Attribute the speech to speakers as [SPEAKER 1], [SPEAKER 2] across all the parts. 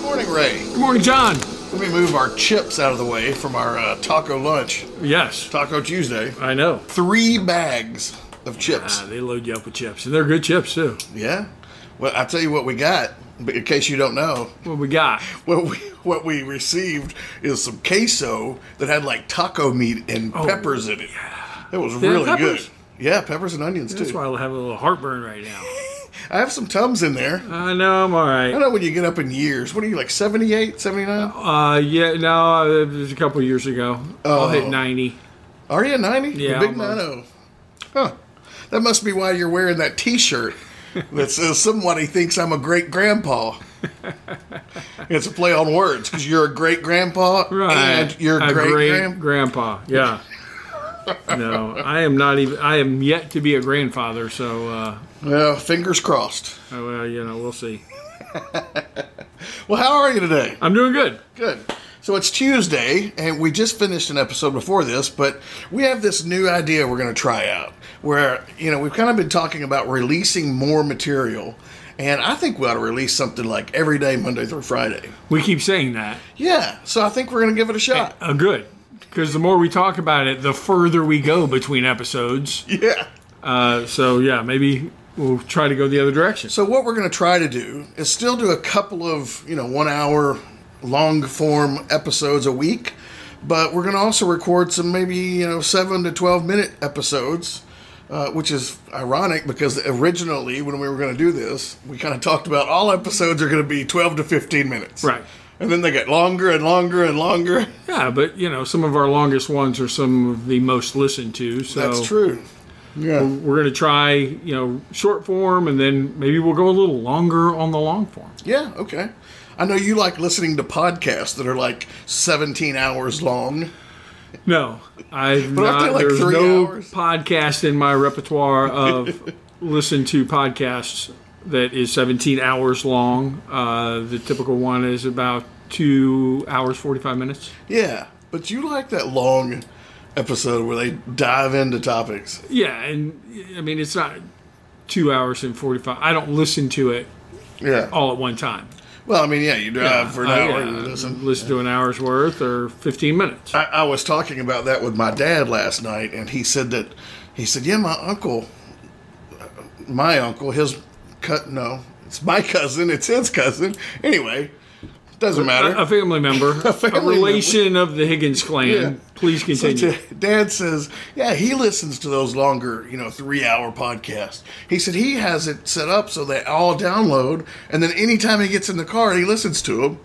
[SPEAKER 1] Morning, Ray.
[SPEAKER 2] Good morning, John.
[SPEAKER 1] Let me move our chips out of the way from our uh, taco lunch,
[SPEAKER 2] Yes,
[SPEAKER 1] Taco Tuesday.
[SPEAKER 2] I know.
[SPEAKER 1] Three bags of chips.
[SPEAKER 2] Uh, they load you up with chips, and they're good chips too.
[SPEAKER 1] Yeah. Well, I'll tell you what we got, but in case you don't know,
[SPEAKER 2] What we got?
[SPEAKER 1] what we what we received is some queso that had like taco meat and peppers in it. It was
[SPEAKER 2] had
[SPEAKER 1] really
[SPEAKER 2] peppers?
[SPEAKER 1] good. Yeah, peppers and onions
[SPEAKER 2] That's
[SPEAKER 1] too.
[SPEAKER 2] why I have a little heartburn right now.
[SPEAKER 1] I have some tums in there.
[SPEAKER 2] I know Uh, I'm all
[SPEAKER 1] I
[SPEAKER 2] right.
[SPEAKER 1] don't know when you get up in years. What are you like 78, 79?
[SPEAKER 2] Uh, yeah, no, it was a couple of years ago. I'll hit
[SPEAKER 1] Oh.
[SPEAKER 2] ninety.
[SPEAKER 1] Are you 90?
[SPEAKER 2] Yeah,
[SPEAKER 1] The big
[SPEAKER 2] almost.
[SPEAKER 1] 90. Huh. That must be why you're wearing that T-shirt that says somebody thinks I'm a great grandpa. it's a play on words because you're a great grandpa
[SPEAKER 2] Right,
[SPEAKER 1] and you're
[SPEAKER 2] a
[SPEAKER 1] a great,
[SPEAKER 2] great
[SPEAKER 1] grand.
[SPEAKER 2] grandpa. Yeah. no, I am not even. I am yet to be a grandfather, so uh,
[SPEAKER 1] Well, fingers crossed.
[SPEAKER 2] oh, well, you know, we'll see.
[SPEAKER 1] Well, how are you today?
[SPEAKER 2] I'm doing good.
[SPEAKER 1] Good. So it's Tuesday, and we just finished an episode before this, but we have this new idea we're going to try out where, you know, we've kind of been talking about releasing more material, and I think we ought to release something like every day, Monday through Friday.
[SPEAKER 2] We keep saying that.
[SPEAKER 1] Yeah, so I think we're going to give it a shot.
[SPEAKER 2] Uh, good, because the more we talk about it, the further we go between episodes.
[SPEAKER 1] Yeah.
[SPEAKER 2] Uh, so yeah, maybe we'll try to go the other direction.
[SPEAKER 1] So what we're going to try to do is still do a couple of, you know, 1 hour long form episodes a week, but we're going to also record some maybe, you know, 7 to 12 minute episodes. Uh, which is ironic because originally when we were going to do this, we kind of talked about all episodes are going to be 12 to 15 minutes.
[SPEAKER 2] Right.
[SPEAKER 1] And then they get longer and longer and longer.
[SPEAKER 2] Yeah, but you know, some of our longest ones are some of the most listened to. So
[SPEAKER 1] That's true. Yeah.
[SPEAKER 2] We're going to try, you know, short form, and then maybe we'll go a little longer on the long form.
[SPEAKER 1] Yeah, okay. I know you like listening to podcasts that are like 17 hours long.
[SPEAKER 2] No, I've
[SPEAKER 1] But aren't they
[SPEAKER 2] not.
[SPEAKER 1] like
[SPEAKER 2] there's
[SPEAKER 1] three
[SPEAKER 2] no
[SPEAKER 1] hours?
[SPEAKER 2] podcast in my repertoire of listen to podcasts that is 17 hours long. Uh, the typical one is about two hours 45 minutes.
[SPEAKER 1] Yeah, but you like that long episode where they dive into topics.
[SPEAKER 2] Yeah, and I mean it's not two hours and forty five. I don't listen to it
[SPEAKER 1] Yeah.
[SPEAKER 2] all at one time.
[SPEAKER 1] Well, I mean, yeah, you drive for an
[SPEAKER 2] I,
[SPEAKER 1] hour
[SPEAKER 2] uh,
[SPEAKER 1] and you listen.
[SPEAKER 2] listen to an hour's worth or fifteen minutes.
[SPEAKER 1] I, I was talking about that with my dad last night, and he said that he said, "Yeah, my uncle, my uncle, his cut no, it's my cousin, it's his cousin. Anyway, doesn't matter."
[SPEAKER 2] A, a family member, a,
[SPEAKER 1] family member.
[SPEAKER 2] relation of the Higgins clan.
[SPEAKER 1] Yeah.
[SPEAKER 2] Please
[SPEAKER 1] So
[SPEAKER 2] continue.
[SPEAKER 1] Da- Dad says, yeah, he listens to those longer, you know, three hour podcasts. He said he has it set up so they all download, and then anytime he gets in the car, he listens to them.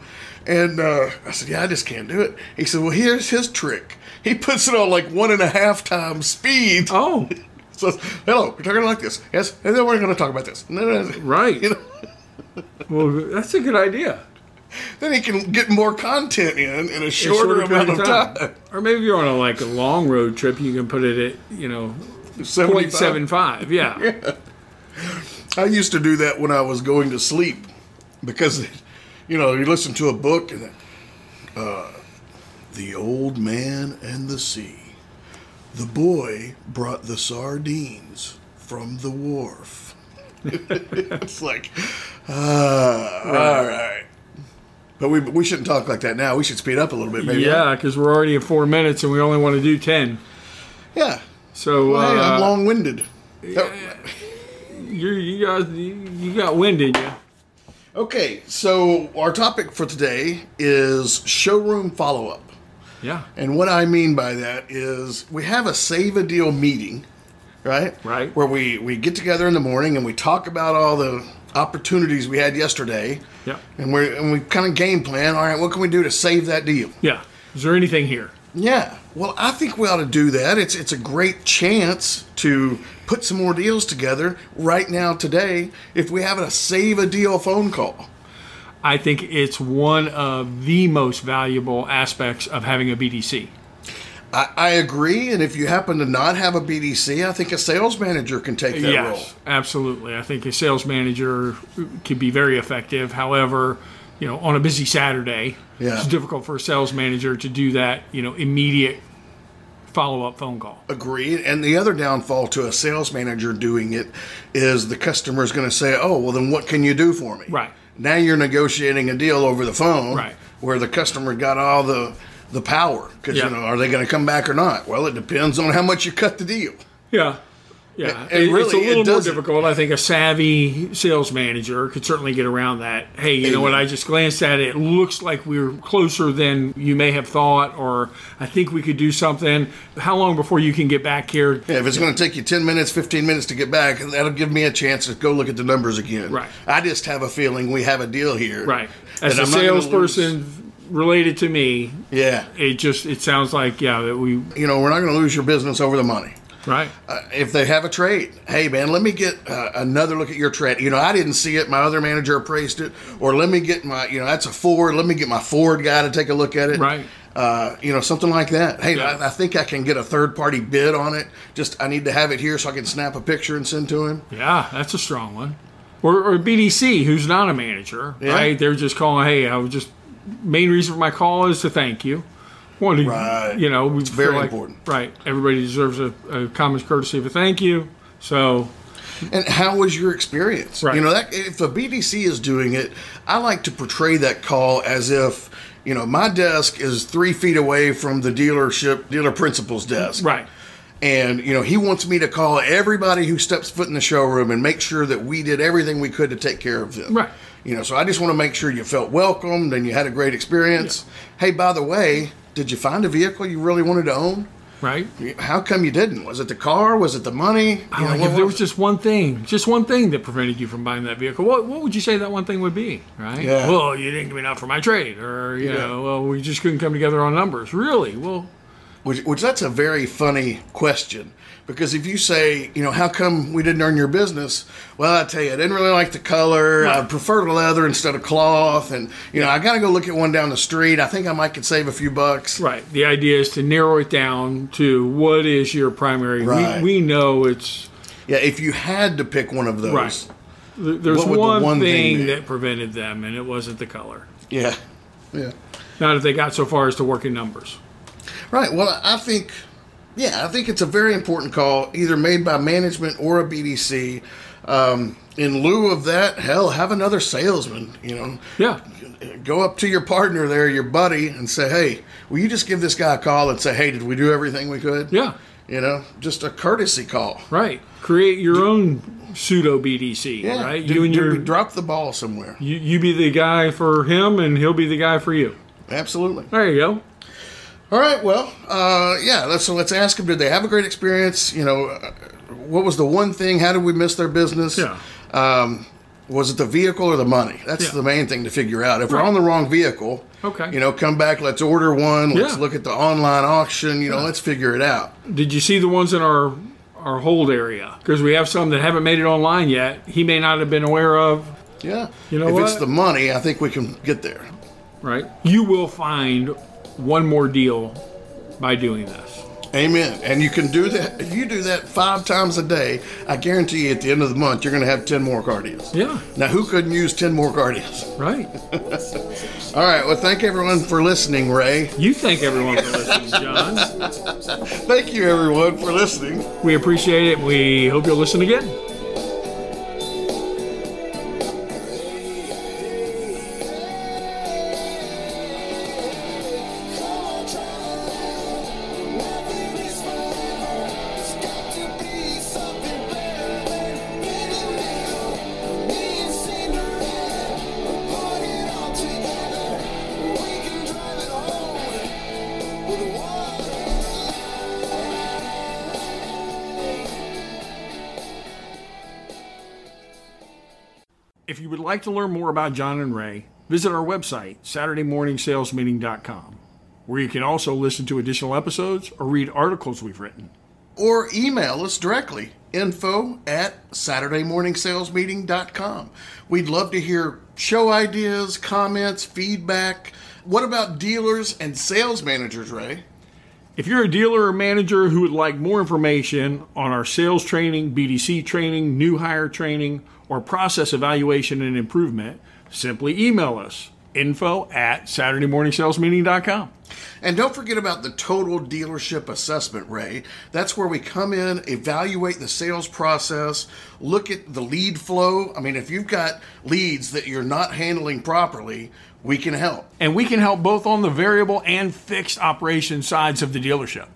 [SPEAKER 1] And uh, I said, yeah, I just can't do it. He said, well, here's his trick. He puts it on like one and a half times speed.
[SPEAKER 2] oh,
[SPEAKER 1] So, hello, we're talking like this. Yes, and then we're going to talk about this. No, no, no.
[SPEAKER 2] right.
[SPEAKER 1] You know,
[SPEAKER 2] Well, that's a good idea.
[SPEAKER 1] then he can get more content in in a
[SPEAKER 2] A
[SPEAKER 1] shorter, amount of
[SPEAKER 2] period
[SPEAKER 1] time.
[SPEAKER 2] Or maybe you're on a like a long road trip. You can put it at you know
[SPEAKER 1] 75.
[SPEAKER 2] 0.75. Yeah.
[SPEAKER 1] I used to do that when I was going to sleep because, you know, you listen to a book and, uh, The Old Man and the Sea. The boy brought the sardines from the wharf. it's like, ah, all right. But we, we shouldn't talk like that now. We should speed up a little bit, maybe.
[SPEAKER 2] Yeah, because we're already at four minutes and we only want to do ten.
[SPEAKER 1] Yeah.
[SPEAKER 2] So
[SPEAKER 1] Well, hey,
[SPEAKER 2] uh,
[SPEAKER 1] I'm long winded.
[SPEAKER 2] you you got you you got wind in you.
[SPEAKER 1] Okay, so our topic for today is showroom follow up.
[SPEAKER 2] Yeah.
[SPEAKER 1] And what I mean by that is we have a save a deal meeting, right?
[SPEAKER 2] Right.
[SPEAKER 1] Where we, we get together in the morning and we talk about all the opportunities we had yesterday.
[SPEAKER 2] Yeah.
[SPEAKER 1] And we and we kind of game plan. All right, what can we do to save that deal?
[SPEAKER 2] Yeah. Is there anything here?
[SPEAKER 1] Yeah. Well, I think we ought to do that. It's it's a great chance to put some more deals together right now today if we have a save a deal phone call.
[SPEAKER 2] I think it's one of the most valuable aspects of having a BDC.
[SPEAKER 1] I, I agree. And if you happen to not have a BDC, I think a sales manager can take that role.
[SPEAKER 2] absolutely. I think a sales manager can be very effective. However, you know, on a busy Saturday,
[SPEAKER 1] Yeah.
[SPEAKER 2] it's difficult for a sales manager to do that. You know, immediate follow-up phone call.
[SPEAKER 1] Agreed. And the other downfall to a sales manager doing it is the customer is going to say, "Oh, well, then what can you do for me?"
[SPEAKER 2] Right.
[SPEAKER 1] Now you're negotiating a deal over the phone,
[SPEAKER 2] Right.
[SPEAKER 1] Where the customer got all the the power because
[SPEAKER 2] Yeah.
[SPEAKER 1] you know are they going to come back or not? Well, it depends on how much you cut the deal.
[SPEAKER 2] Yeah. Yeah,
[SPEAKER 1] And- and
[SPEAKER 2] It- it's a
[SPEAKER 1] really, it
[SPEAKER 2] little more
[SPEAKER 1] doesn't-
[SPEAKER 2] difficult. I think a savvy sales manager could certainly get around that. Hey, you know what? I just glanced at it. It looks like we're closer than you may have thought, or I think we could do something. How long before you can get back here?
[SPEAKER 1] Yeah, if it's going to take you 10 minutes, 15 minutes to get back, that'll give me a chance to go look at the numbers again.
[SPEAKER 2] Right.
[SPEAKER 1] I just have a feeling we have a deal here.
[SPEAKER 2] Right.
[SPEAKER 1] that
[SPEAKER 2] As a
[SPEAKER 1] I'm not gonna lose.
[SPEAKER 2] salesperson related to me,
[SPEAKER 1] Yeah.
[SPEAKER 2] it just it sounds like yeah that we
[SPEAKER 1] You know, we're not going to lose your business over the money.
[SPEAKER 2] right.
[SPEAKER 1] Uh, if they have a trade, hey, man, let me get uh, another look at your trade. You know, I didn't see it. My other manager appraised it. Or let me get my, you know, that's a Ford. Let me get my Ford guy to take a look at it.
[SPEAKER 2] Right.
[SPEAKER 1] Uh, you know, something like that. Hey,
[SPEAKER 2] Yeah.
[SPEAKER 1] I, I think I can get a third party bid on it. Just, I need to have it here so I can snap a picture and send to him.
[SPEAKER 2] Yeah, that's a strong one. Or, or BDC, who's not a manager,
[SPEAKER 1] Yeah.
[SPEAKER 2] right? They're just calling. Hey, I was just main reason for my call is to thank you. Wanted, to-
[SPEAKER 1] Right.
[SPEAKER 2] You know, we it's
[SPEAKER 1] very important.
[SPEAKER 2] Right. Everybody deserves a, a common courtesy of a thank you. So
[SPEAKER 1] And how was your experience?
[SPEAKER 2] Right.
[SPEAKER 1] You know, that if the BDC is doing it, I like to portray that call as if you know my desk is three feet away from the dealership dealer principal's desk,
[SPEAKER 2] right.
[SPEAKER 1] And you know he wants me to call everybody who steps foot in the showroom and make sure that we did everything we could to take care of them.
[SPEAKER 2] Right.
[SPEAKER 1] You know, so I just want to make sure you felt welcomed and you had a great experience. Hey, by the way, did you find a vehicle you really wanted to own?
[SPEAKER 2] Right.
[SPEAKER 1] How come you didn't? Was it the car? Was it the money? You know,
[SPEAKER 2] Like
[SPEAKER 1] what
[SPEAKER 2] if Oh, there
[SPEAKER 1] was-
[SPEAKER 2] was just one thing, just one thing that prevented you from buying that vehicle, what, what would you say that one thing would be? Right?
[SPEAKER 1] Yeah.
[SPEAKER 2] Well, you didn't give me enough for my trade, or you
[SPEAKER 1] Yeah.
[SPEAKER 2] know, well, we just couldn't come together on numbers. Really? Well,
[SPEAKER 1] Which, which that's a very funny question because if you say, you know, how come we didn't earn your business? Well, I tell you, I didn't really like the color. I
[SPEAKER 2] Right.
[SPEAKER 1] prefer leather instead of cloth, and you know, I got to go look at one down the street. I think I might could save a few bucks.
[SPEAKER 2] Right. The idea is to narrow it down to what is your primary.
[SPEAKER 1] Right.
[SPEAKER 2] We, we know it's
[SPEAKER 1] Yeah, if you had to pick one of those,
[SPEAKER 2] Right. th- there's
[SPEAKER 1] What would the
[SPEAKER 2] one,
[SPEAKER 1] one
[SPEAKER 2] thing,
[SPEAKER 1] thing be?
[SPEAKER 2] that prevented them, and it wasn't the color.
[SPEAKER 1] yeah, yeah,
[SPEAKER 2] Not if they got so far as to work in numbers.
[SPEAKER 1] right. Well, I think, yeah, I think it's a very important call, either made by management or a BDC. Um, in lieu of that, hell, have another salesman. You know,
[SPEAKER 2] Yeah.
[SPEAKER 1] go up to your partner there, your buddy, and say, "Hey, will you just give this guy a call and say, hey, did we do everything we could?"
[SPEAKER 2] Yeah.
[SPEAKER 1] You know, just a courtesy call.
[SPEAKER 2] Right. Create your own pseudo BDC.
[SPEAKER 1] Yeah.
[SPEAKER 2] Right.
[SPEAKER 1] Did,
[SPEAKER 2] you and
[SPEAKER 1] did
[SPEAKER 2] your
[SPEAKER 1] we drop the ball somewhere?
[SPEAKER 2] you, you be the guy for him, and he'll be the guy for you.
[SPEAKER 1] Absolutely.
[SPEAKER 2] There you go.
[SPEAKER 1] All right. Well, uh, yeah. Let's so let's ask them. Did they have a great experience? You know, uh, what was the one thing? How did we miss their business?
[SPEAKER 2] Yeah.
[SPEAKER 1] Um, was it the vehicle or the money? That's
[SPEAKER 2] Yeah.
[SPEAKER 1] the main thing to figure out. If we're
[SPEAKER 2] Right.
[SPEAKER 1] on the wrong vehicle,
[SPEAKER 2] Okay.
[SPEAKER 1] You know, come back. Let's order one. Let's
[SPEAKER 2] Yeah.
[SPEAKER 1] look at the online auction. You know, let's figure it out.
[SPEAKER 2] Did you see the ones in our our hold area? Because we have some that haven't made it online yet. He may not have been aware of.
[SPEAKER 1] Yeah.
[SPEAKER 2] You know
[SPEAKER 1] if it's
[SPEAKER 2] what?
[SPEAKER 1] the money, I think we can get there.
[SPEAKER 2] right? You will find one more deal by doing this.
[SPEAKER 1] Amen. And you can do that. If you do that five times a day, I guarantee you at the end of the month, you're going to have 10 more car deals.
[SPEAKER 2] Yeah,
[SPEAKER 1] Now, who couldn't use 10 more car deals?
[SPEAKER 2] right.
[SPEAKER 1] All right. Well, thank everyone for listening, Ray.
[SPEAKER 2] You thank everyone for listening, John.
[SPEAKER 1] Thank you, everyone, for listening.
[SPEAKER 2] We appreciate it. We hope you'll listen again.
[SPEAKER 3] Water.
[SPEAKER 2] If you would like to learn more about John and Ray, visit our website, SaturdayMorningSalesMeeting.com, where you can also listen to additional episodes or read articles we've written.
[SPEAKER 1] Or email us directly info at SaturdayMorningSalesMeeting.com. We'd love to hear show ideas, comments, feedback. What about dealers and sales managers, Ray?
[SPEAKER 2] If you're a dealer or manager who would like more information on our sales training, BDC training, new hire training, or process evaluation and improvement, simply email us info at SaturdayMorningSalesMeeting.com.
[SPEAKER 1] And don't forget about the total dealership assessment, Ray. That's where we come in, evaluate the sales process, look at the lead flow. I mean, if you've got leads that you're not handling properly, we can help.
[SPEAKER 2] And we can help both on the variable and fixed operation sides of the dealership.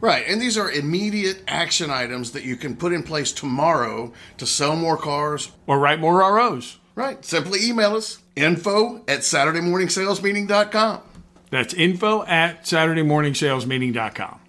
[SPEAKER 1] Right. And these are immediate action items that you can put in place tomorrow to sell more cars.
[SPEAKER 2] Or write more ROs.
[SPEAKER 1] Right. Simply email us info at SaturdayMorningSalesMeeting.com.
[SPEAKER 2] That's info at SaturdayMorningSalesMeeting.com.